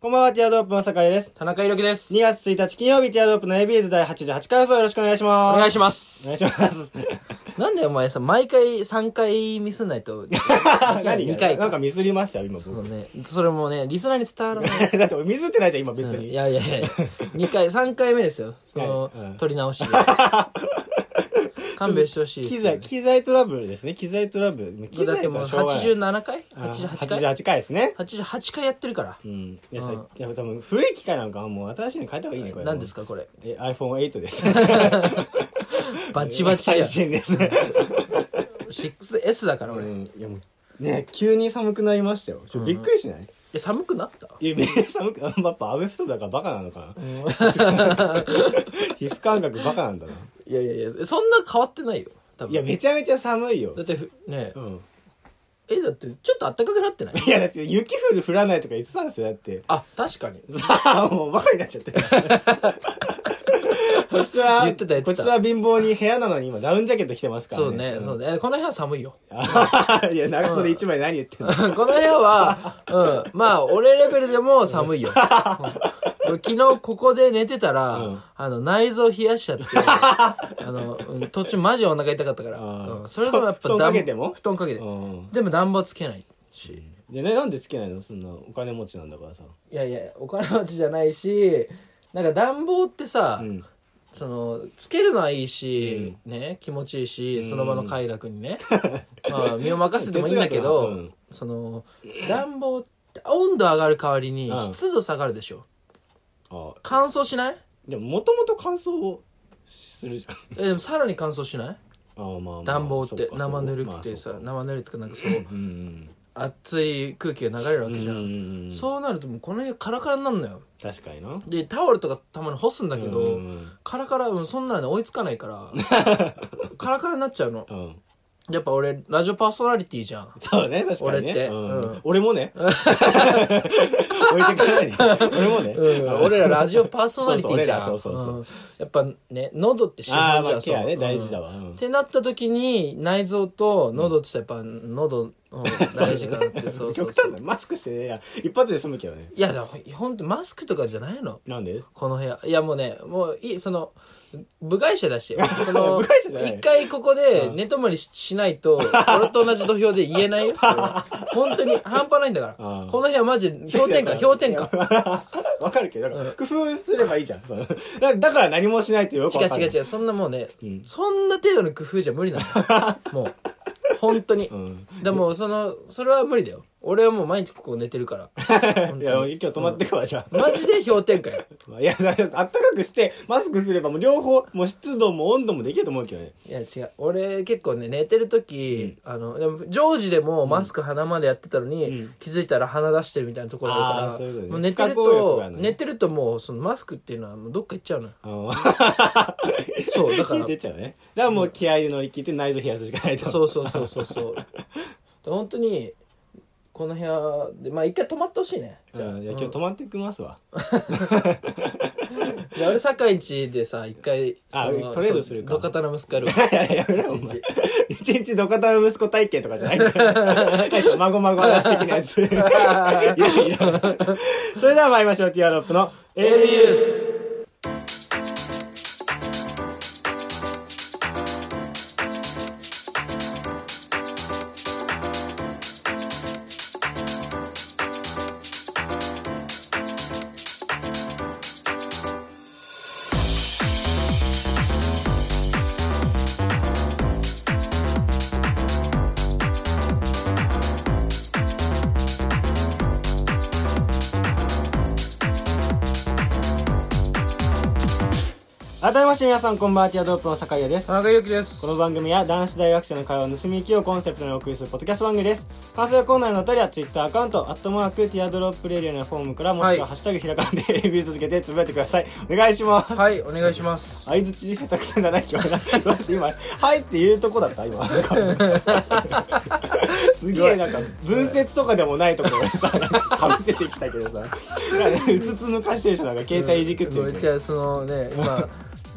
こんばんは、ティアドロップの酒井です。田中裕樹です。 2月1日金曜日、ティアドロップの ABS 第88回予想よろしくお願いします。お願いしまお願いす。します。なんでお前さ、毎回3回ミスんないと。 何2回なんかミスりましたよ、今そう僕。 ね。それもね、リスナーに伝わらない。だって俺ミスってないじゃん、今 別うんいに。やいやいや、2回、3回目ですよ。そ何うんの、取り 直しで。勘弁してほしい。機材、機材トラブルですね。機材トラブル。機だっ材てもう87回あ ?88 回88回ですね。 88回やってるから。うん。いや、それうんいや多分古い機械なんかはもう新しいの変えた方がいいね、これ。何ですかこれ。え iPhone8 です。バチバチだ最よ。新です。 6S だからう俺。いんいやもうね、急に寒くなりましたよ。ちょびっくりしないや寒くなったいや、寒く、やっぱアメフトだからバカなのかな。皮膚感覚バカなんだな。いやいやいや、そんな変わってないよ。多いや、分。めちゃめちゃ寒いよだ。ってふ、ねうん。え、だってちょっと暖かくなってないいや、だって雪降る降らないとか言ってたんですよ、だって。あ、確かに。さあ、もうバカになっ ちゃって。こちとら、言ってた言ってこたちとら貧乏に部屋なのに今ダウンジャケット着てますからね。そうね、ん そうね。この部屋は寒いよ。あーいや、長袖一枚何言ってんの この部屋は、うん。まあ、俺レベルでも寒 いよ。うん昨日ここで寝てたら、うんあの、内臓冷やし ちゃって、あの、うん途中マジお腹痛かったから。あーうん、それでもやっぱ布団布団か暖けても布団かけて。うん。でも暖房つけないし。でね、なんでつけないのそんなお金持ちなんだからさ。いやいや、お金持ちじゃないし、なんか暖房ってさ、うん。そのつけるのはいいし、ね気持ちいいしその場の快楽 にね、まあ身を任せてもいいんだけど、哲学だうんその暖房って温度上がる代わりにうん湿度下がるでしょ、ああ。乾燥しないでも、もともと乾燥をするじゃん。えでもさらに乾燥しないああ、まあまあ。暖房ってそか生ぬるくてそさ、うかまあ生ぬるくてなんかそうそううん熱い空気が流れうるわん。けじゃん、うん。う。そうなるともうこの辺カラカラになるのよ確かにな。でタオルとかたまに干すんだけど、うん。カラカラ、うん、そんなの追いつかないから カラカラになっちゃうのうんやっぱ俺ラジオパーソナリティじゃんそうね、確かにね。俺ってうんうん俺も ね。置いてかないで。俺もね。うん、俺らラジオパーソナリティじゃん。そうそう俺らそうそうそうんやっぱね、喉って資ああ、本じまゃあ、ケアん。そうね、うん大事だわ。うっんてなった時に、内臓と喉ってやっぱ喉、うん大事かなって、そうそう極そ端う。だ。マスクしてね、いや一発で済むけどね。いや、でもほんとマスクとかじゃないの。なんでこの部屋。いや、もうね、もういい、その、部外者だし、その、 部外者じゃない一回ここでうん寝泊まりししないと、俺と同じ土俵で言えないよ。それは本当に半端ないんだから。ああこの部屋マジ氷点下、氷点下。下。 わかるけど、だから工夫すればいいじゃん。そのだだから何もしないってよく違わうかる。違う違うそんなもうね、うんそんな程度の工夫じゃ無理な のもう本当に、うん。でもそのそれは無理だよ俺はもう毎日ここ寝てるから 本いや、今当日に止まってくわ、じゃあ。マジで氷点下よまあいや、だからあったかくして、マスクすればもう両方、もう湿度も温度もできると思うけどね。いや違う俺結構ね寝てる時、あのでも常時でもマスク鼻までやってたのに、うん気づいたら鼻出してるみたいなところあるあーかそうらいうことねもう寝てる不可抗力があとるのね寝てるともうそのマスクっていうのはもうどっか行っちゃうのよあのそう だから出ちゃうね。だからもう気合で乗り切って内臓冷やすしかないと。そうそうそうそうそうで本当にこの部屋でまあ一回泊まってほしいねじゃあ、いや今日うん止まってきますわ。で俺坂一でさ一回あそのトレードするかそうドカタの息子やるわいやい や、やめろ、お一前日。一日どかたの息子体験とかじゃない から。その孫孫話的なやつ。いやいや。それでは参りましょう、ティアドロップの ABU。 ABUS 改めまして皆さん、こんばんは、ティアドロップの酒井です。田中裕樹ですこの番組は男子大学生の会話を盗み聞きをコンセプトにお送りするポッドキャスト番組です。感想やコーナーのお便りは Twitter アカウント、アットマーク、ティアドロップレディオのフォームから、もしくはは、いハッシュタグひらがなで AB 続けてつぶやいてください。お願いします。はいお願いします相づち下手くそじゃない今日な。どうし今、はいって言うとこだった 今。なんかすげえなんか、文節とかでもないところでさ、なんかかぶせてきたけどさ、なんかうつつ抜かしてる人なんか携帯いじくってうんるめっちゃその ね今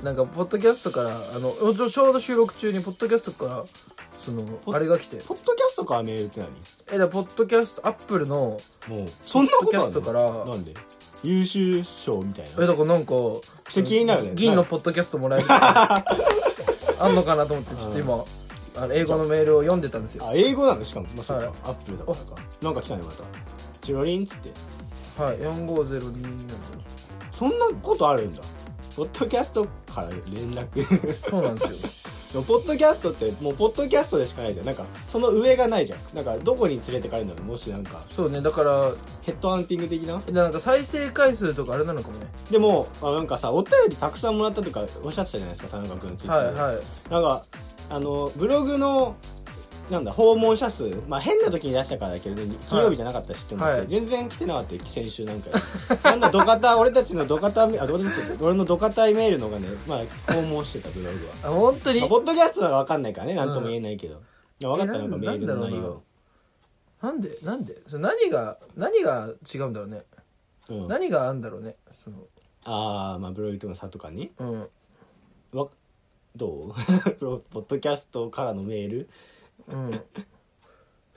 なんかポッドキャストからあのちょちょうど収録中にポッドキャストからそのポッあれが来てポッドキャストからメールって何えだからポッドキャストアップルのもう、そんなこポッドキとャあスるのトからなんで優秀賞みたいえなだからなんかちょっと気になるね銀のポッドキャス トもらえるあんのかなと思ってちょっと今あの英語のメールを読んでたんですよあ英語なんだしかもまあそっかはいアップルだからかなんか来たねまたチロリンっつってはい4502そんなことあるんだポッドキャストから連絡そうなんですでよもポッドキャストってもうポッドキャストでしかないじゃんなんかその上がないじゃんなんかどこに連れてかれるんだろうもしなんかそうねだからヘッドハンティング的ななんか再生回数とかあれなのかもねでもあなんかさお便りたくさんもらったとかおっしゃってたじゃないですか田中君ツイッタはーいではいなんかあのブログのなんだ訪問者数、まあ、変な時に出したからだけど金曜日じゃなかったしって思って、はい全然来てなかったよ先週なんかよなんだドカタ俺たちのドカタメあ俺たち俺のドカタイメールのがね、まあ、訪問してたブログは、あ本当にまあ、ポッドキャストは分かんないからね何とも言えないけど、分かったなえんなかんメールの内なんだ容ろなんでなんでそれ何が何が違うんだろうね、うん、あ何があんだろうねそのあーまあブログとの差とかにうんわどう ポッドキャストからのメール うんだか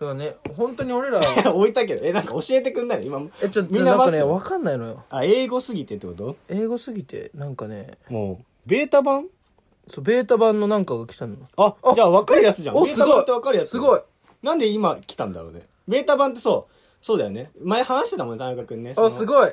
らね本当に俺ら置いたけどえなんか教えてくんないの今えちょっとみんななんかねバス分かんないのよあ英語すぎてってこと英語すぎてなんかねもうベータ版そうベータ版のなんかが来たのあ、あじゃあ分かるやつじゃん。おベータ版って分かるやつ。すごい。なんで今来たんだろうね。ベータ版ってそう、そうだよね。前話してたもんね、田中くんね。そのあすごい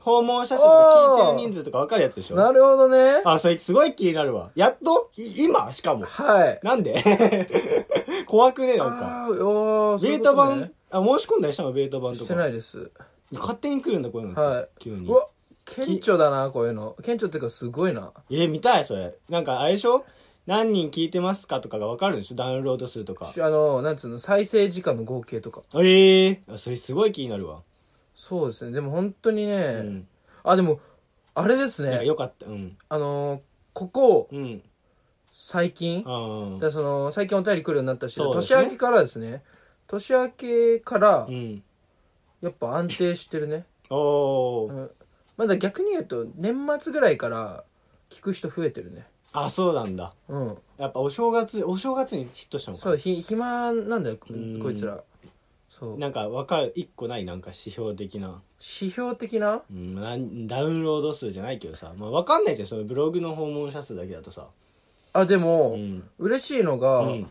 訪問者数とか聞いてる人数とか分かるやつでしょ。なるほどねあ、それすごい気になるわ。やっとい今しかも。はいなんで 怖くね、なんか。あーおーそうベーいうこタと版、ねあ、申し込んだりしたのベータ版とか。してないです勝手に来るんだ、こういうのって。はい急にう。わ顕著だなこういうの顕著っていうかすごいなえ、見たい、それ。なんか、あれでしょ何人聞いてますかとかが分かるんでしょダウンロードするとかし。あのなんつうの再生時間の合計とかええー。あそれすごい気になるわ。そうですねでも本当にね、うん。あでもあれですなんかねよかった。うん。あのーここうん。最近だかああ。らその最近お便り来るようになったし、そうです年ね明けからですね年明けからうん。やっぱ安定してるね、おお、うん、まだ逆に言うと年末ぐらいから聞く人増えてるねあ、そうなんだ。うんやっぱお正月、お正月にヒットしたのかそうひ暇なんだよこうんこいつらそうなんかわかる、一個ないなんか指標的な。指標的なうん、なんダウンロード数じゃないけどさ。まあわかんないじゃん、そのブログの訪問者数だけだとさ。あでも、うん。嬉しいのが、うん。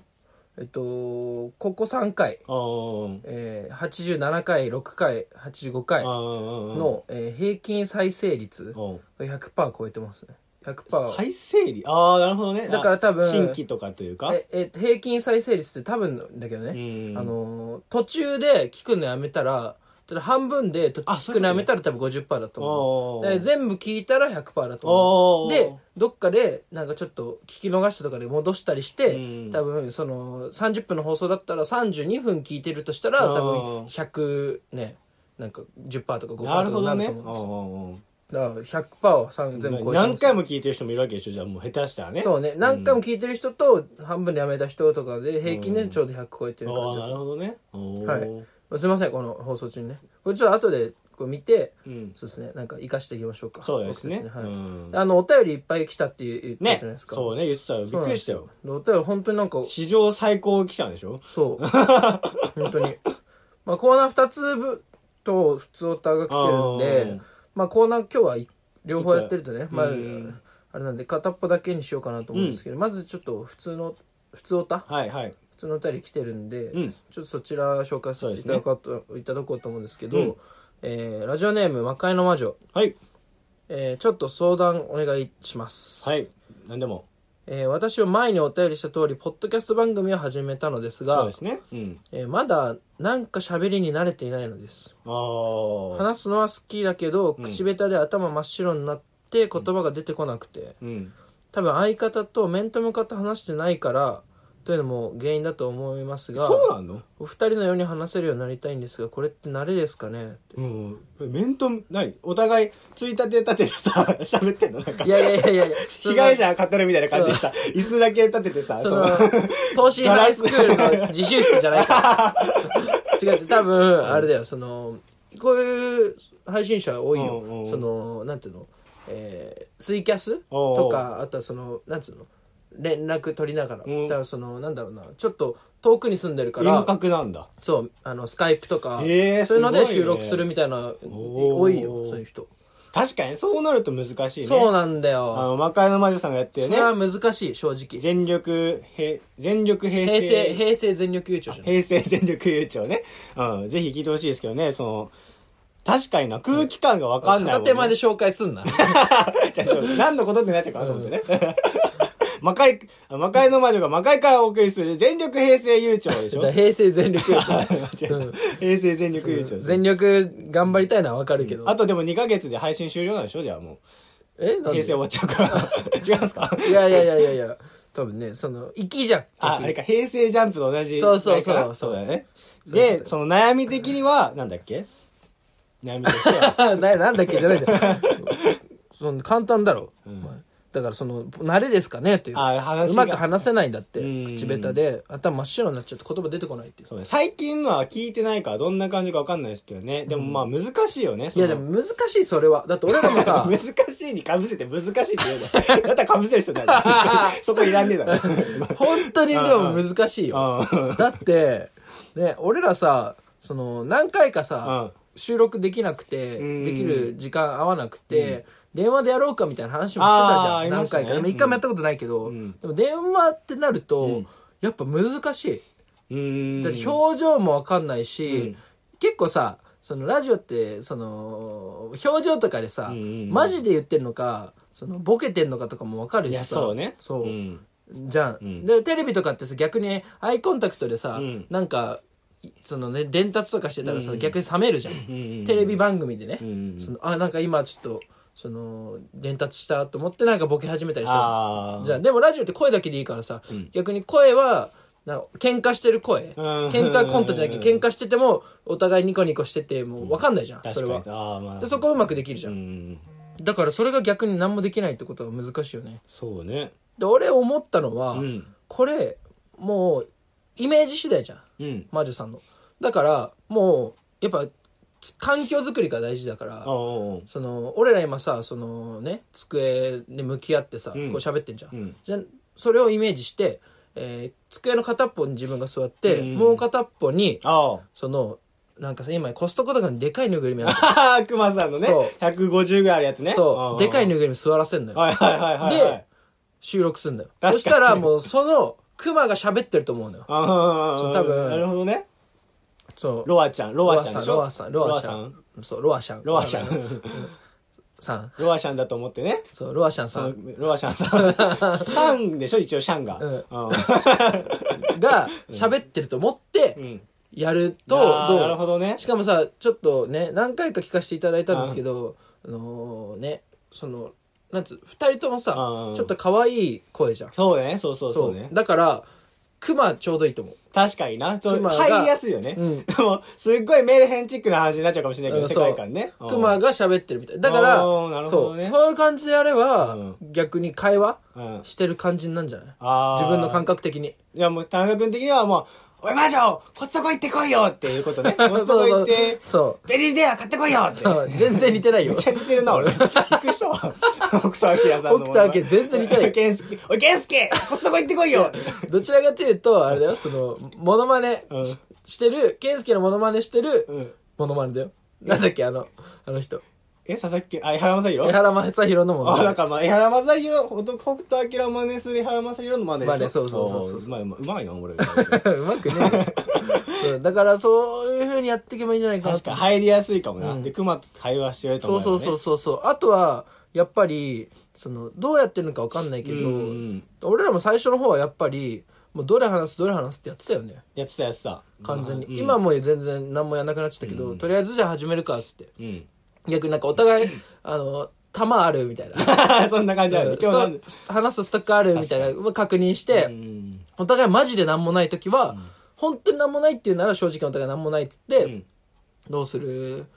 えっとここ3回、あーえー、87回6回85あー。回の、の、えー平均再生率うんが100%超えてますね100%再生理ああ、なるほどね。だから多分あ新規とかというか。ええ平均再生率って多分だけどうね、ん。あ、のー途中で聞くのやめたらただ半分でとあ聞くのやめたら多分50%だと思うおでー全部聞いたら100%だと思おうーで、どっかでなんかちょっと聞き逃したとかで戻したりして、うん多分その30分の放送だったら32分聞いてるとしたら多あー分100ねなんか10%とか5%となかるにほどなるね。とおー思うんおーおですよーだから100%は3全部超えてます何回も聞いてる人もいるわけでしょじゃあもう下手したらね。そうね何回も聞いてる人と半分でやめた人とかで平均うでんちょうど100超えてるあ感あじなるほどねおーはいすいませんこの放送中にねこれちょっと後でこう見てうん、そうですねなんか生かしていきましょうかそうですね僕たちうはいんあのお便りいっぱい来たっていう言ってたねじゃないですかそうね言ってたよびっくりしたよお便り本当になんか史上最高来たんでしょそう本当にまあコーナー2つ分と普通オタが来てるんでまあコーナー今日はい両方やってるとねまあうんあれなんで片っぽだけにしようかなと思うんですけどまずちょっと普通の普通オタはいはい普通のお便り来てるんで、うんちょっとそちら紹介させていただこうと,、いただこうと思うんですけど、うんえーラジオネーム魔界の魔女、はいえーちょっと相談お願いします、はい何でもえー私は前にお便りした通りポッドキャスト番組を始めたのですそうがですねうんえーまだなんか喋りに慣れていないのですああ話すのは好きだけど、口下手で頭真っ白になって言葉が出てこなくて、うん多分相方と面と向かって話してないからというのも原因だと思いますがそうなのお二人のように話せるようになりたいんですがこれって慣れですかねってうん面と何お互いついたて立ててさ 喋ってんのなんかいやいやいやいやいや 被害者が語るみたいな感じでさ椅子だけ立ててさそそのの東進ハイスクールの自習室じゃないか ら違う違う多分あれだよそのこういう配信者多いよ、うんうんそのなんていうの、えーツイキャスおうおうとかあとはそのなんつうの連絡取りながら、うんだからそのなんだろうなちょっと遠くに住んでるか遠ら隔なんだそうあのスカイプとか、へーそういうのすごいでね収録するみたいな、おー多いよそういう人確かに、そうなると難しいね。そうなんだあよ。の、魔界の魔女さんがやってそるれはね。難しい、正直。全力、へ全力平成。平成、平成全力優勝じゃん。平成全力悠長ね。うん。ぜひ聞いてほしいですけどね、その、確かにな、空気感がわかんないも片ん、ね。手間で紹介 すんな。じゃあ 何のことってなっちゃうかなと思ってね。 魔界、魔界の魔女が魔界からお送りする全力平成悠長で しょ間違平成全力優勝。えた 平成全力悠長です全力頑張りたいのはわかるけど。あとでも2ヶ月で配信終了なんでしょじゃあもえなう。ん平で成終わっちゃうから。違 うんす かいやいやいやいやいや、多分ね、その、きじゃん。あ、あれか、平成ジャンプと同じ。そうそうそうあれかそうだよね。そういうことで、その悩み的には、なんだっけ悩みとして は。ななんだっけじゃないんだよ。 その簡単だろ、んお前だからその慣れですかねっていうあ話がうまく話せないんだってうん口下手で頭真っ白になっちゃって言葉出てこないっていうそうね最近のは聞いてないからどんな感じかわかんないですけどね。でもまあ難しいよね。そいやのでも難しいそれはだって俺ら もさ難しいに被せて難しいって言うの。 だったら被せる人にな る。そこいらんねえだろ。本当にでも難しいようん だってね俺らさその何回かさうん収録できなくてうんできる時間合わなくて電話でやろうかみたいな話もしてたじあーゃんありま何したね回かでも一回もやったことないけどうんでも電話ってなるうとんやっぱ難しいうーん。だって表情もわかんないうしん結構さそのラジオってその表情とかでさうんうんうんマジで言ってんのかそのボケてんのかとかもわかるいしや、さそうね。そううんじゃん、うんでテレビとかってさ逆にアイコンタクトでさ、うんなんかそのね伝達とかしてたらさ、うん逆に冷めるじゃん、うんテレビ番組でね、うんそのあなんか今ちょっとその伝達したと思ってなんかボケ始めたりしてああ。じゃんでもラジオって声だけでいいからさ、ん逆に声はなんか喧嘩してる声、喧嘩コントじゃなきゃ喧嘩しててもお互いニコニコしててもう分かんないじゃん、そ確れかはに。ああ、まあ。でそこはうまくできるじうゃん、ん。だからそれが逆に何もできないってことは難しいよねそうね。で俺思ったのは、うん。これもうイメージ次第じゃんうん。魔女さんのだからもうやっぱつ環境づくりが大事だかあらあ。うんその俺ら今さそのね机で向き合ってさ、うんこう喋ってんじゃん、うん。じゃそれをイメージして、えー机の片っぽに自分が座って、うんもう片っぽにああ。そのなんかさ今コストコとかにでかいぬいぐるみあるじゃんあはは、 熊さんのねそう。 150ぐらいあるやつね。そうでかいぬい。いぐるみ座らせんのよ、はいはいはいはいはい。で収録すんだよ確かにそしたらもうそのクマが喋ってると思うのよああ。そう多分なるほどね。そうロアちゃん、ロアちゃんでしょロアさん、ロアシロャアン。そう、ロアシャン。ロアシャさん。ン。さん。 ロアシャンだと思ってね。そう、ロアシャンさそのんロアシャン さん。さんでしょ一応シャンが。うんうが喋ってると思ってん。うん。やると、あーなるどほどねうし。かもさ、ちょっとね、何回か聞かせていただいたんですけど、あのね、その、なんつう、二人ともさ、ちうんょっと可愛い声じゃん。そうだね。そうそうそうね。だから、クマちょうどいいと思う。確かにな。そう熊が入りやすいよね。うんでも、すっごいメルヘンチックな話になっちゃうかもしれないけど、うん世そう界観ね。うんクマが喋ってるみたい。だからあーなる、ほそどう、そうねいう感じでやれば、うん逆に会話うん。してる感じになるんじゃないあ自分の感覚。覚的に。いやもう、田中君的にはもう、おい魔女コストコ行ってこいよっていうこと ね。コストコ行って、そうデリデア買ってこいよって。そう全然似てないめよっちゃ似てるな、俺。びっくりしたわ。奥沢明さんのものまね。奥沢明全然似てないケンスケ、おい、ケンスケコストコ行ってこいよ どちらかというとあれだよそのモノマネうんししてる健介のモノマネしてるうん。モノマネだよなんだっけあのあの人え、佐々木健、あ、江原正江宏原正宏のモノあ、なマんかまあ、江原正宏、ほんと、北斗晶を真似する江原正宏の真似でしょ。真似そうそうそうそうあーまあまあうまいな、 俺。ネ うまくね えようんだからそういうふうにやっていけばいいんじゃないかな確とか入りやすいかもな。うんで、熊と会話してるとそ思うそうそううそうそうあとはやっぱりそのどうやってるのか分かんないけけど、ど、うんうん俺らも最初の方はやっぱりもうどれ話すどれ話すってやってたよねやってたやってた。完全に、うん今はもう全然何もやんなくなっちゃったけど、うんとりあえずじゃあ始めるかっつってうん。逆になんかお互い、あの、弾あるみたいな。そん な感じある。ス今日なんト話すストックあるみたいなのを確認して、うんお互いマジで何もない時は、本当に何もないっていうなら正直お互い何もないっつって、うんどうする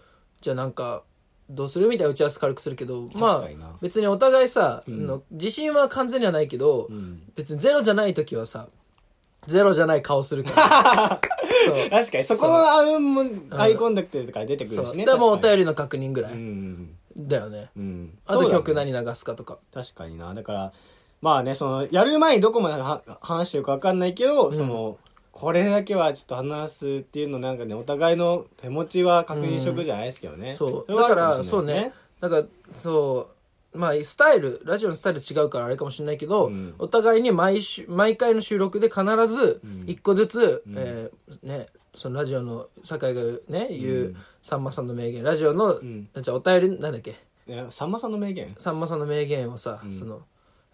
じゃあなんか、どうするみたいな打ち合わせ軽くするけど、確まかになあ、別にお互いさ、うんの自信は完全にはないけど、うん別にゼロじゃない時はさ、ゼロじゃない顔する から。そう確かに、そこのあうんも、アイコンダクトとか出てくそるう。しでね。もお確かに便りの確認ぐらうい。ん。だよね。うん。あとそう曲だね何流すかとか。確かにな。だから、まあね、その、やる前にどこまでは話してるかわかんないけど、うんその、これだけはちょっと話すっていうのなんかね、お互いの手持ちは確認しとくじゃないですけどね。そうれはだあるかもらしそうれないねです。なんか、そう、まあ、スタイル、ラジオのスタイル違うからあれかもしれないけど、うんお互いに毎週、毎回の収録で必ず、一個ずつ、えーね、そのラジオの、酒井がね、言う、さんまさんの名言、ラジオの、んじゃあお便り、なんだっけ、えさんまさんの名言さんまさんの名言をさ、その、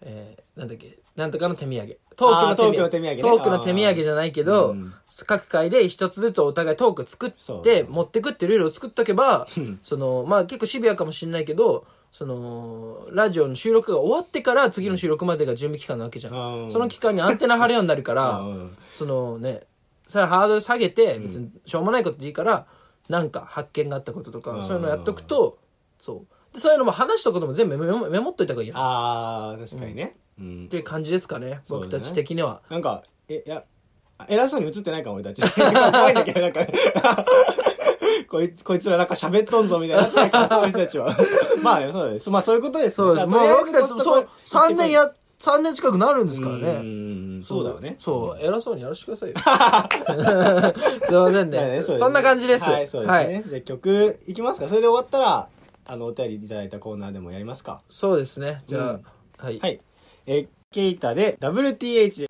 えーなんだっけ、なんとかの手土産。あートークのトー手土クの手土産ね産。トークの手土産じゃないけど、うん各回で一つずつお互いトーク作そっうだねて、持ってくってルールを作っとけばうん、その、まあ結構シビアかもしれないけど、その、ラジオの収録が終わってから次の収録までが準備期間なわけじゃうんん。その期間にアンテナ張るようになるから、うんそのね、さらハードル下げて、別にしょうもないことでいいから、なんか発見があったこととうか、んそういうのやっとくと、そう。で、そういうのも話したことも全部メモメモっといた方がいいよ。っあー確かにね、うんていう感じですかね、そうだ僕ねたち的には。なんかえいやあ偉そうに映ってないかも俺たち 怖いんだけどなんか こいつこいつらなんか喋っとんぞみたいになってないから俺たち はまあそうですまあそういうことですそうでだす。まかあ、らと僕りあえたずち、そう、3年や、三年近くなるんですうからね。んそうだよねそう、偉そうにやらしてく ださいよ。すいませんだよね。うですそんな感じです。はい、そうですね。。じゃあ曲いきますか。それで終わったら、あの、お便りいただいたコーナーでもやりますか。そうですね。じうゃんあ、はいは。い。えー、ケイタで WTH。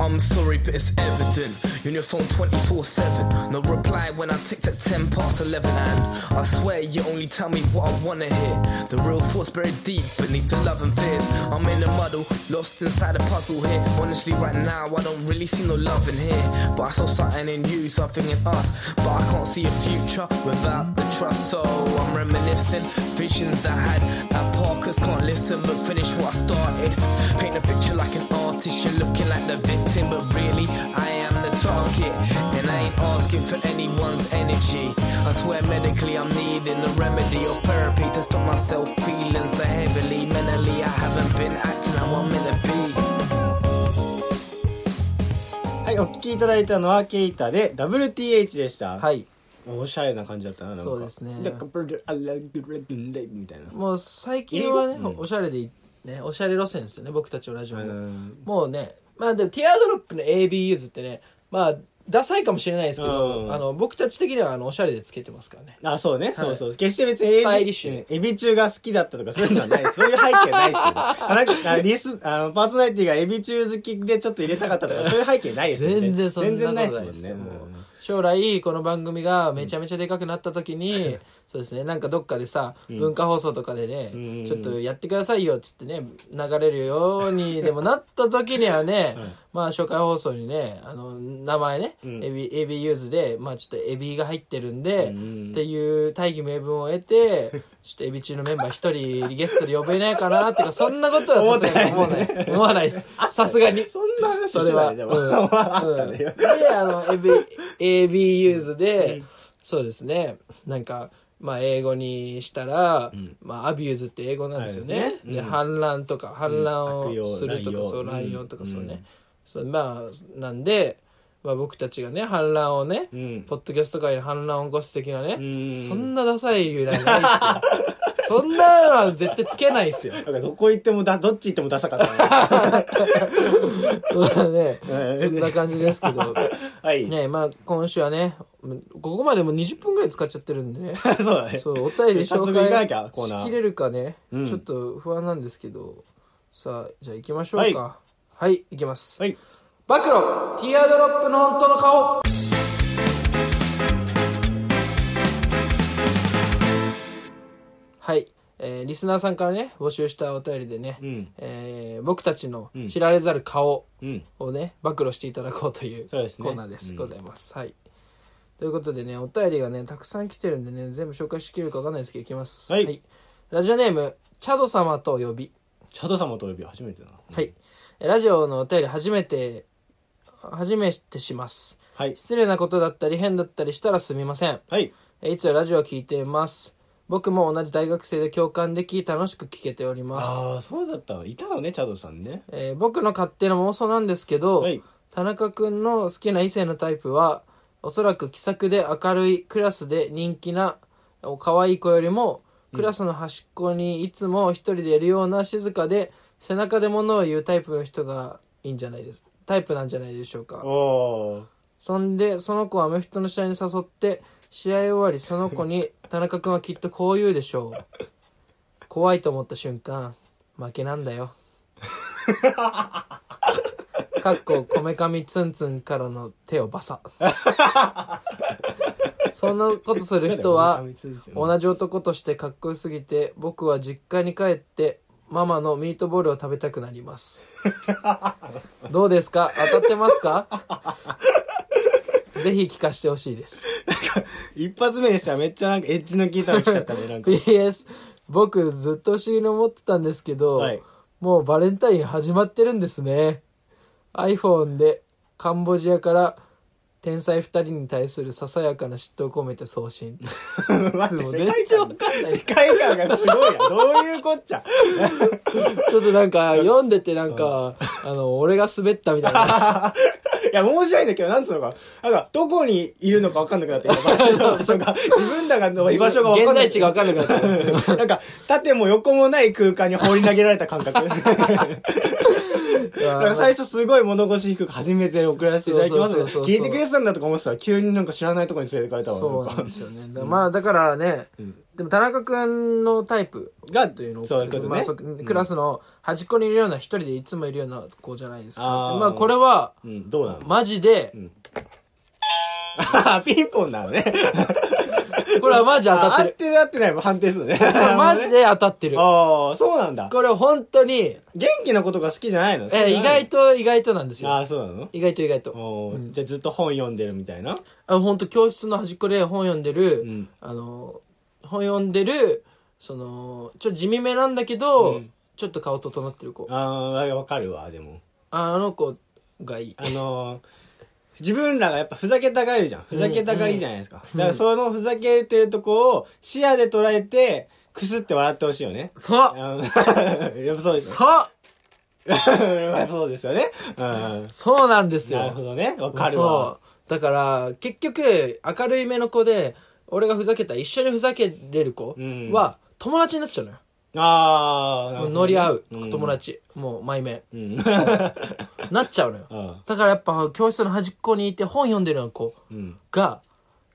I'm sorry, but it's evident. Uniform 24 7. No reply when I ticked at 10 past 11. And I swear you only tell me what I wanna hear. The real thoughts buried deep beneath the love and fears. I'm in a muddle, lost inside a puzzle here. Honestly, right now, I don't really see no love in here. But I saw something in you, something in us. But I can't see a future without the trust. So I'm reminiscing visions I had at Parker's. Can't listen, but finish what I started. Paint a picture like an artist, you're looking like the victim, but really, I am the target. And I ain't asking for anyone's energy. I swear, medically, I'm needing a remedy or therapy to stop myself feeling so heavily. Mentally, I haven't been acting how I'm meant to be. はい、お聞きいただいたのはケイタで WTH でした。はい。おしゃれな感じだったな、なんか。そうですねなんか、ブルアラグレグレみたいな。もう最近はね、英語うんおしゃれでいねおしゃれ路線ですよね僕たちのラジオも、うんもうねまあでもティアドロップの AB ユーズってねまあダサいかもしれないですけど、うんあの僕たち的にはあのおしゃれでつけてますからねあ、そうね、そうそう。決して別にスタイリ AB ッシュにエビ中が好きだったとかそういうのはないです。そういう背景は ないですよ、ね。あなんか、あリス、あの、パーソナリティがエビ中好きでちょっと入れたかったとか、そういう背景ないですよね。全然そんなこと全然なないいでですすもんね。もうんう将来この番組がめちゃめちゃでかくなった時に、そうですねなんかどっかでさ、文化放送とかでね、んちょっとやってくださいよっつってね流れるようにでもなった時には ね、まあ初回放送にねあの名前ね、エビエビユーズでまあちょっとエビが入ってるんで、んっていう大義名分を得て ちょっとエビ中のメンバー一人ゲストで呼べないかなっていうかそんなことはさすがに思わないです思わないですさすがにそんな話そしれては。なういんでうも。 あったんねで、あの、AB、AB ユーズで、そうですね、なんか、まあ、英語にしたら、まあ、アビューズって英語なんですよはねいで。すねで、うん反乱とか、反乱悪用をするとか、乱用そう、うん乱用とか、そううねん。そうまあ、なんで、まあ、僕たちがね、反乱をね、うんポッドキャスト界で反乱を起こす的なね、んそんなダサい由来ないですよ。そんなのは絶対つけないですよ。 なんかどこ行ってもだ、どっち行ってもダサかったね、ね。そんな感じですけ ど。はい。ねまあ今週はね、ここまでもう20分ぐらい使っちゃってるんでね。そうだね。そう、お便り早速紹行かな介きゃコーナーしきれるかね、うんちょっと不安なんですけど。さあ、じゃあ行きましょうか。はい、行きます。はい。暴露ティアドロップの本当の顔はい、えーリスナーさんからね、募集したお便りでね、うんえー僕たちのん知られざる顔、うん。をね暴露していただこうというコそうですねーナーですうんございます、はいということでねお便りがねたくさん来てるんでね全部紹介しきれるかわかんないですけどいきますはいラジオネームチャド様と呼びチャド様とお呼び初めてだな。はいえラジオのお便り初めて初めてしますはい。失礼なことだったり変だったりしたらすみませんはい。えいつもラジオを聞いています僕も同じ大学生で共感でき楽しく聞けております、ああ、そうだったわ。いたのね、チャドさんね。えー僕の勝手な妄想なんですけど、はい。田中くんの好きな異性のタイプはおそらく気さくで明るいクラスで人気なお可愛い子よりもクラスの端っこにいつも一人でいるような静かで背中で物を言うタイプの人がいいんじゃないですタイプなんじゃないでしょうかおーそんでその子をアメフトの試合に誘って試合終わりその子に「田中君はきっとこう言うでしょう」怖いと思った瞬間負けなんだよかっここめかみツンツンからの手をバサそんなことする 人は同じ男としてかっこよすぎて僕は実家に帰ってママのミートボールを食べたくなります どうですか当たってますか ぜひ聞かせてほしいです一発目にしてはめっちゃなんかエッジの効いたの来ちゃったね、なん か。 PS 僕ずっと不思議に思ってたんですけど、はいもうバレンタイン始まってるんですね iPhone でカンボジアから天才2人に対するささやかな嫉妬を込めて送信待って、世界観 もう全然わかんない世界観がすごいな。どういうこっちゃ。 ちょっとなんか読んでてなんか、あの俺が滑ったみた いないや、面白いんだけど、なんつうのか。なんか、どこにいるのかわかんなくなって、今 場所が自分らがの居場所がわかんない。現在地がわかんなくなっち ゃうなんか、縦も横もない空間に放り投げられた感 覚。なんか最初すごい物腰低く初めて送らせていただきます。そうそうそうそう聞いてくれてたんだとか思ってたら、急になんか知らないとこに連れてかれたわ。そうななんんかですよね。だまあだからね、でも田中君のタイプがというのをそういうことねまあそクラスの端っこにいるような一人でいつもいるような子じゃないですか。あーまあこれはうん、どうなのマジで、あーピンポンなの ね。これはマジ当たあっ合ってる。 てる合ってないも判定するね。これ マジで当たってる。ああ、そうなんだ。これ本当に、元気なことが好きじゃないのえー意外と。と意外となんですあよ。あ、そうなの意外と意外と。おーじゃあずっと本読んでるみたいな。あ本当教室の端っこで本読んでる、うんあの本読んでるそのちょっと地味めなんだけど、ちょっと顔整ってる子あああ、わかるわ、でも。あの子がいいあのー、自分らがやっぱふざけたがりじゃん。ふざけたがりじゃないですか。だからそのふざけてるとこを視野で捉えて、くすって笑ってほしいよね。そうあの やっぱそうです よ。そうやっぱそうですよね。うん。そうなんですよ。なるほどね。わかるわ。そう。だから、結局、明るい目の子で、俺がふざけた、一緒にふざけれる子うんは、友達になっちゃうのよ。ああ、なるもうほどね乗り合う、うん友達。もう、前面。うん。 なっちゃうのよ。うんだからやっぱ、教室の端っこにいて本読んでるような子うん。が、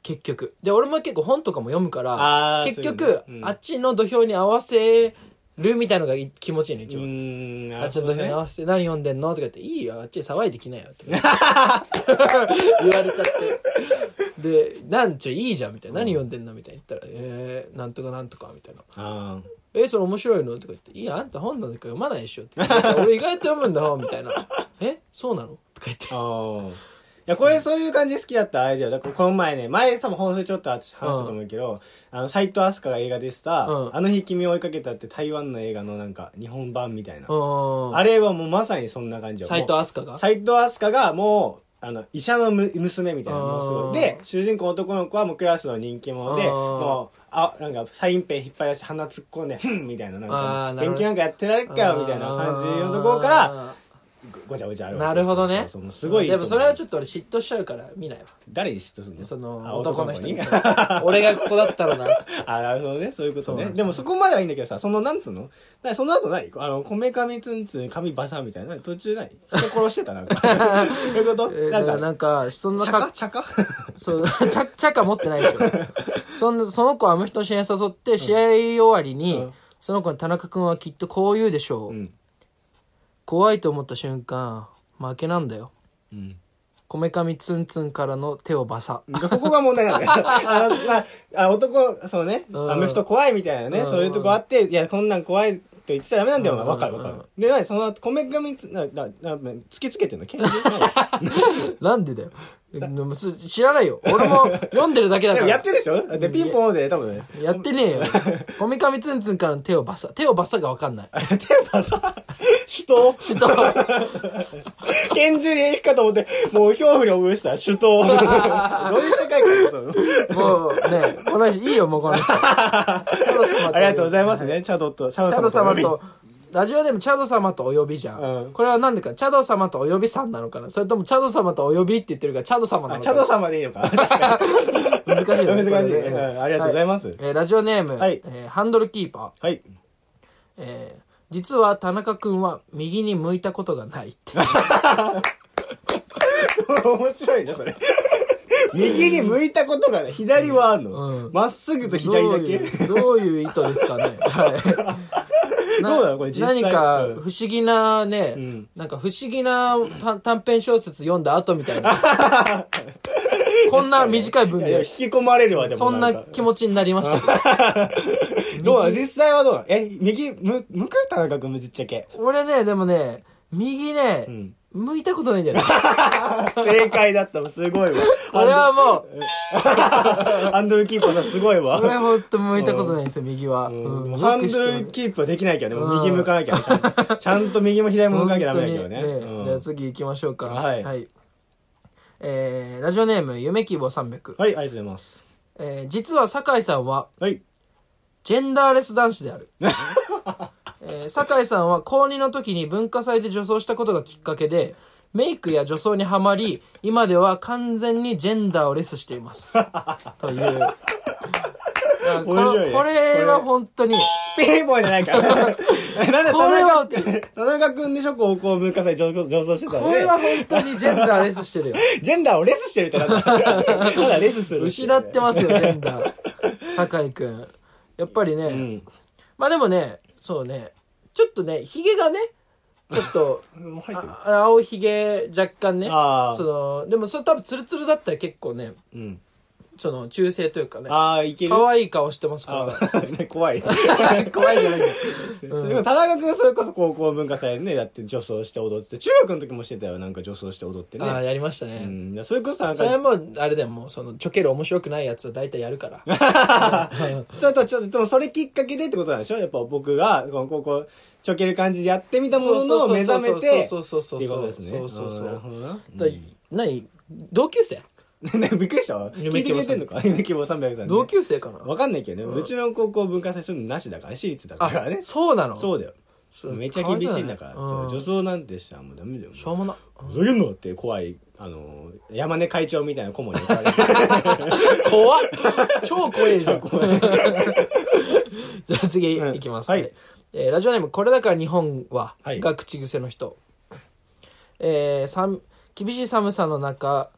結局。で、俺も結構本とかも読むからあ、ー結そういう局の、ねうんあっちの土俵に合わせるみたいのが気持ちいいの、一う番。ん。なあっるちほどの土俵ねに合わせて何読んでんのとか言って、いいよ、あっちで騒いできなよって言 われちゃって。で、なんちょ、いいじゃんみたいな。何読んでんのみたいな言ったら、えー、なんとかなんとかみたいな。あえー、それ面白いのとか言って、いや、あんた本なんか読まないでしょって言って。俺意外と読むんだよ、みたいな。えそうなのとか言ってー。あー。いや、これそういう感じ好きだったアイデアだ。ここの前ね、前多分放送でちょっと話したと思うけど、あの、斎藤飛鳥が映画でした、うんあの日君を追いかけたって台湾の映画のなんか日本版みたいな。うーん。あれはもうまさにそんな感じよ。斎藤飛鳥が斎藤飛鳥がもう、あの、医者のむ娘みたいなもうすごい。うんで、主人公の男の子はもうクラスの人気者で、うんもう、あ、なんか、サインペン引っ張り出して鼻突っ込んで、ふんみたいな、なんあーか、なる元ほど気なんかやってられっかよ、みたいな感じのところから、ごちゃごちゃあるわなけでるすほよどねそうそうもうすごい。でもそれはちょっと。ょっと俺嫉妬しちゃうから見ないわ誰に嫉妬するのそあの男の人に男 俺がここだったらなっつって あ、なるほどね。そういうことそうね。でもそこまではいいんだけどさ、その、なんつうのだからその後ないあの、こめかみつんつん、髪バサみたいな。途中ない人殺してたなんか。 そういうことえーなだんからか、なんか、そんな茶か化っ、茶化 そう、ちゃ、ちゃか持ってないでしょ。そんな、その子はアメフトの試合に誘って、試合終わりに、うんその子に田中君はきっとこう言うでしょう。うん。怖いと思った瞬間、負けなんだよ。うん。こめかみツンツンからの手をバサ。ここが問題なん だよ。あの、まああ、男、そうね、うんアメフト怖いみたいなね、うんそういうとこあって、いや、こんなん怖いと言ってちゃダメなんだよ。うんわかるわかうるん。で、なにその後、こめかみつ、な、な、な、突きつけてん のなんでだよ。でもす知らないよ。俺も読んでるだけだでかもら。やってるでしょで、ピンポンで、多分ね。 やってねえ よ。こめかみツンツンからの手をバサ。手をバサがわ かんない。あれ、テーマさ、手刀ちょっと、拳銃で行くかと思って、もう恐怖に思いました。手刀。 どういう世界観ですかもうね、この人、いいよ、もうこの人。あ ありがとうございますね。チャドと、シャドチャド様と、ラジオネームチャド様とお呼びじゃん。うんこれはなんでか、チャド様とお呼びさんなのかなそれともチャド様とお呼びって言ってるからチャド様なあ、のチャドか様でいいのか。確かな難しいに。よ難ねしい。これねうんありがとうございます。えーラジオネーム、はいえーハンドルキーパー。はい。えー実は田中君は右に向いたことがないって。面白いね、それ。右に向いたことがない。左はあんうのんま、っすぐと左だどうけ いうどういう意図ですかね。はい。どうなのこれ実際何かうん不思議なね、んなんか不思議な短短編小説読んだ後みた いな。こんな短い文いやいや引で、き込まれるわ、でそもんななんか。気持ちになりましたけどうなの実際はどうなのえ、右、む、向く田中君ぶっちゃけ。ど。俺ね、でもね、右ね、うん向いたことないんだよね。正解だったの、すごいわ。俺はも う、ハンドルキーパーさんすごい俺はわ。本当向いたことないんですよ、右は。うんうんハよくン知ってドるルキープはできないけどね。うんもう右向かなきゃねちゃんと。ちゃんと右も左も向かなきゃダメだけどね。本当にうんじゃあ次行きましょうか。はいえーラジオネーム、夢希望300。はい、ありがとうございます。えー実は酒井さんは、はい。ジェンダーレス男子で ある。えー酒井さんは高2の時に文化祭で女装したことがきっかけで、メイクや女装にはまり、今では完全にジェンダーをレスして います。という。あこ面白いれねこれは本当に、ピーボーじゃないから。 なんで田これは中君、田中君でしょ高校文化祭上上層してたこのれね。は本当にジェンダーレスしてる よ。ジェンダーをレスしてるってなん だ。なんだレスする。。失ってますす よ、ジェンダー。酒井くん。やっぱりね、うん。まあでもね、そうね、ちょっとね、ひげがね、ちょっと、もう入ってる。あ青ひげ若干ね、あーその、でもそれ多分ツルツルだったら結構ね、うん。その、中性というかね、ああ、いける。可愛い顔してますあかー怖い。ら。怖いじゃないんだよそれこそ田中君それこそ高校文化祭でね、だって女装して踊って、中学の時もしてたよ、なんか女装して踊ってああ、ね。やりましたうね。ん。それこそなんそれはか、もう、あれだよ、もう、その、ちょける面白くないやつは大体やるから。ちょっとちょっと、でもそれきっかけでってことなんでしょやっぱ僕が、この高校、ちょける感じでやってみたものの目覚めて、そうそうそっうていうこそとうですね。そうそうあそーなるうほどな。だ何同級生ねびっくりしたわ。聞い夢て希く望れてんのか夢希望300さん、ね。同級生かなわかんないけどね。んうちの高校文化祭そういうのなしだからね。私立だあからね。そうなのそうだよ。そうめっちゃ厳しいんだから。可愛いそうよねうん女装なんてしたらもうダメだよ。しょうもなふざけんなって怖い、あの、山根会長みたいな顧問に怒 られる怖っ 超怖いじゃん怖い。じゃあ次うんいきます、はいえーラジオネーム「これだから日本は」はいが口癖の人、えーさん厳しい寒さの中、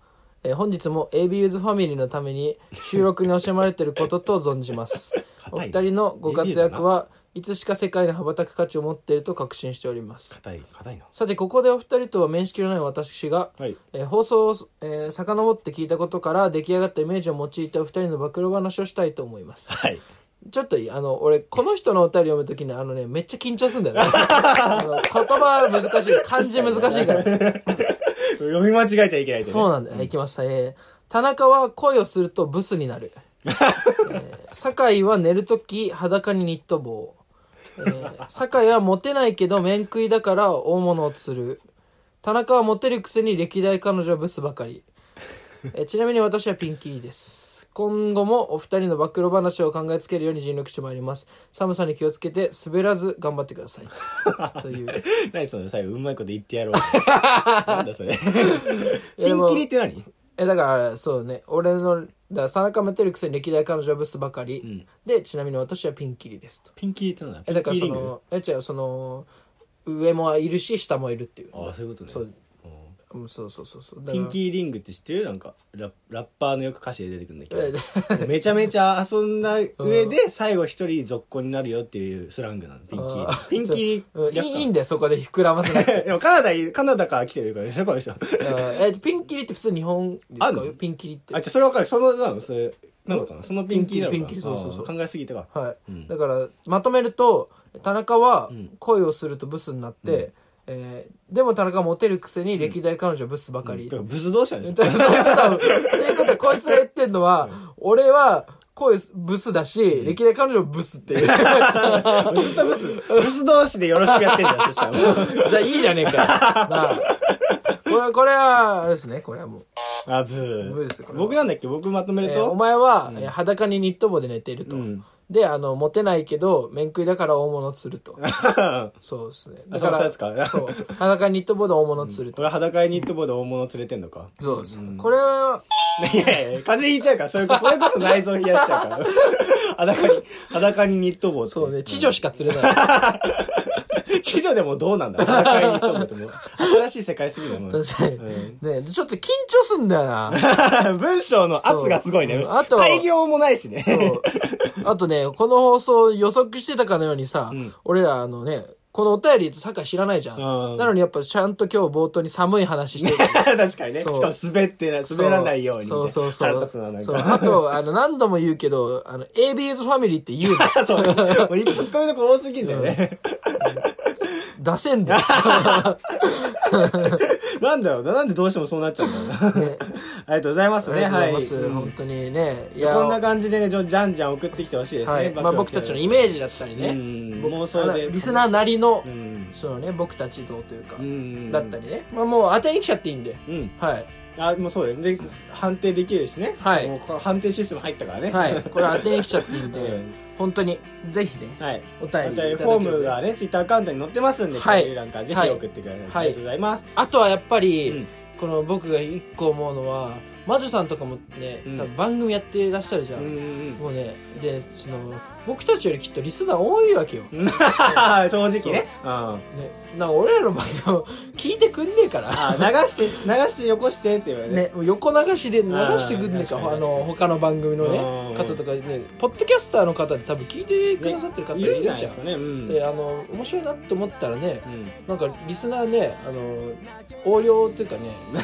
えー本日も AB ユーズファミリーのために収録に惜しまれていることと存じますお 硬い二な人のご活躍はいつしか世界の羽ばたく価値を持っていると確信しております硬い、硬いな。さてここでお二人とは面識のない私が、はい。えー放送を、えー遡って聞いたことから出来上がったイメージを用いてお二人の暴露話をしたいと思いますはい。ちょっといいあの俺この人のお便り読むときにあのねめっちゃ緊張するんだよね あの言葉難しい漢字難しいから読み間違えちゃいけないってねそうなんだよ、いきます、えー田中は恋をするとブスになる、えー酒井は寝るとき裸にニット帽、えー酒井はモテないけど面食いだから大物を釣る田中はモテるくせに歴代彼女はブスばかり、えーちなみに私はピンキーです今後もお二人の暴露話を考えつけるように尽力してまいります寒さに気をつけて滑らず頑張ってくださいという何その最後、うまいこと言ってやろう。なんだそれ。ピでンもキリって何えだからそうね俺のだから田中もてるくせに歴代彼女はブスばかり、んでちなみに私はピンキリですとピンキリって何えピだンかキらリそリングのえ違うその上もいるし下もいるっていうああ、そういうことね。そううんうんそうそうそうそうだからピンキーリングって知ってるなんかラッラッパーのよく歌詞で出てくるんだえけ どめちゃめちゃ遊んだ上で最後一人続行になるよっていうスラングなのピンキあーピンキそううーんいいいいんだだよそこで膨らませなく てでもカナダカナダから来てるからねこの人あじうんえピンキリって普通日本であ使んうのよピンキリってゃあそれわかるそのなのそれなのかなそのピンキーなのかなピンキーピンキーそうそうそうあー考えすぎたかはい、うんだからまとめると田中はん恋をするとブスになって、えーでも田中はモテるくせに歴代彼女はブスばかり、だからブス同士 なんでしってことは、っていうことはこいつが言ってんのは、俺は、声ブスだし、歴代彼女もブスって いう。じょずっとブスブス同士でよろしくやってんじゃんそしたら もうゃあいいじゃねえかよ。なあこれ、これは、あれですね、これはもう。あブブスこーれは僕なんだっけ僕まとめえるーおと前は、えー裸にニット帽で寝ていると。うんで、あの、モテないけど、面食いだから大物釣ると。あそうですね。だそかうそうら、ですかそう。裸ニット帽で大物釣る と。俺裸にニットボード大物連れてんのか。そうです。これは、いやいや、風邪ひいちゃうから、それこそ、それこそ内臓冷やしちゃう から。裸に、裸にニット帽って。そうね、知女しか釣れない。地上でもどうなんだろう裸にニット帽ってもう。新しい世界すぎるもん。 確かに。うねちょっと緊張すんだよな。ん文章の圧がすごいね。そううんあと開業もないしね。そう。 あとね、この放送予測してたかのようにさ、うん俺らあのね、このお便りサッカー知らないじゃん。うん。なのにやっぱちゃんと今日冒頭に寒い話してる 確かにね。しそうかも滑ってない、 滑らないようにね。そうそうそう。腹立つな、なんそう。か。あと、あの、何度も言うけど、あの、ABS ファミリーって言う の。そう。もうツッコミの子多すぎんだよね。出 せんだよ。なんだろうな。なんでどうしてもそうなっちゃうんだろう な。ねありがとうございますあね。りがとうござはいい。ます。うん本当にね。いこんなや、感じでね、じゃじゃんじゃん送ってきてほしいですね。はい。まあ僕たちのイメメージだったりね。うん僕妄想であのリスナーなりの、うん。そうね、僕たち像というか、うんだったり。ね。まあもう当てに来ちゃっていいんで。うん。はい。あ、もうそうだよね。で判定できるしね。はいもうこ判定システム入ったからね。はい。これ当てに来ちゃっていいんで、うん本当に、ぜひね、はい。おお便便りいただけりれフばォームがね、ツイッターアカウントに載ってますんで、はいこううなんかぜひ送ってください。はいありがとうございます。あとはやっぱり、うんこの僕が一個思うのは、魔女さんとかもね、うん多分番組やってらっしゃるじゃ。うんん。もうね、で、その、僕たちよりきっとリスナー多いわけよ。ね、 正 直ね。うん。なんか俺らの番組を 聞いてくんねえから。あ、流して、 流してよこしてって言われて。ね、もう横流しで流してくんねえかあー確かに確あかにの他の番組のねうん方とかねポッドキャスターの方で多分聞いてくださってる方いいるるんじじゃゃんないですかね。うん。であの面白いなって思ったらねうんなんかリスナーねあの横領というかね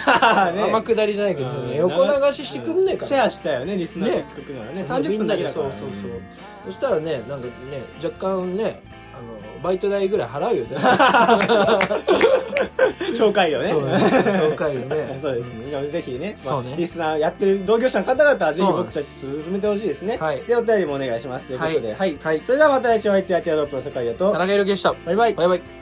ね天下りじゃないけど、そのね横流ししてくんねえかシェら、アしたよね、リスナーせっねかくならね。み30ん分なだけでだかそらうね。そうそう、そしたらねなんかね若干ねあのバイト代ぐらい払う よね紹介料ね。そうね紹介料はいねそうですね。じゃあぜひね、まあそうねリスナーやってる同業者の方々はぜひそうなん僕でたち進めてほしいですね。はいで、お便りもお願いします。ということで、はいはいそれではまた来週お会いいたいアティアドロップの坂井と、田中裕樹でしたバイバイ。バイバイ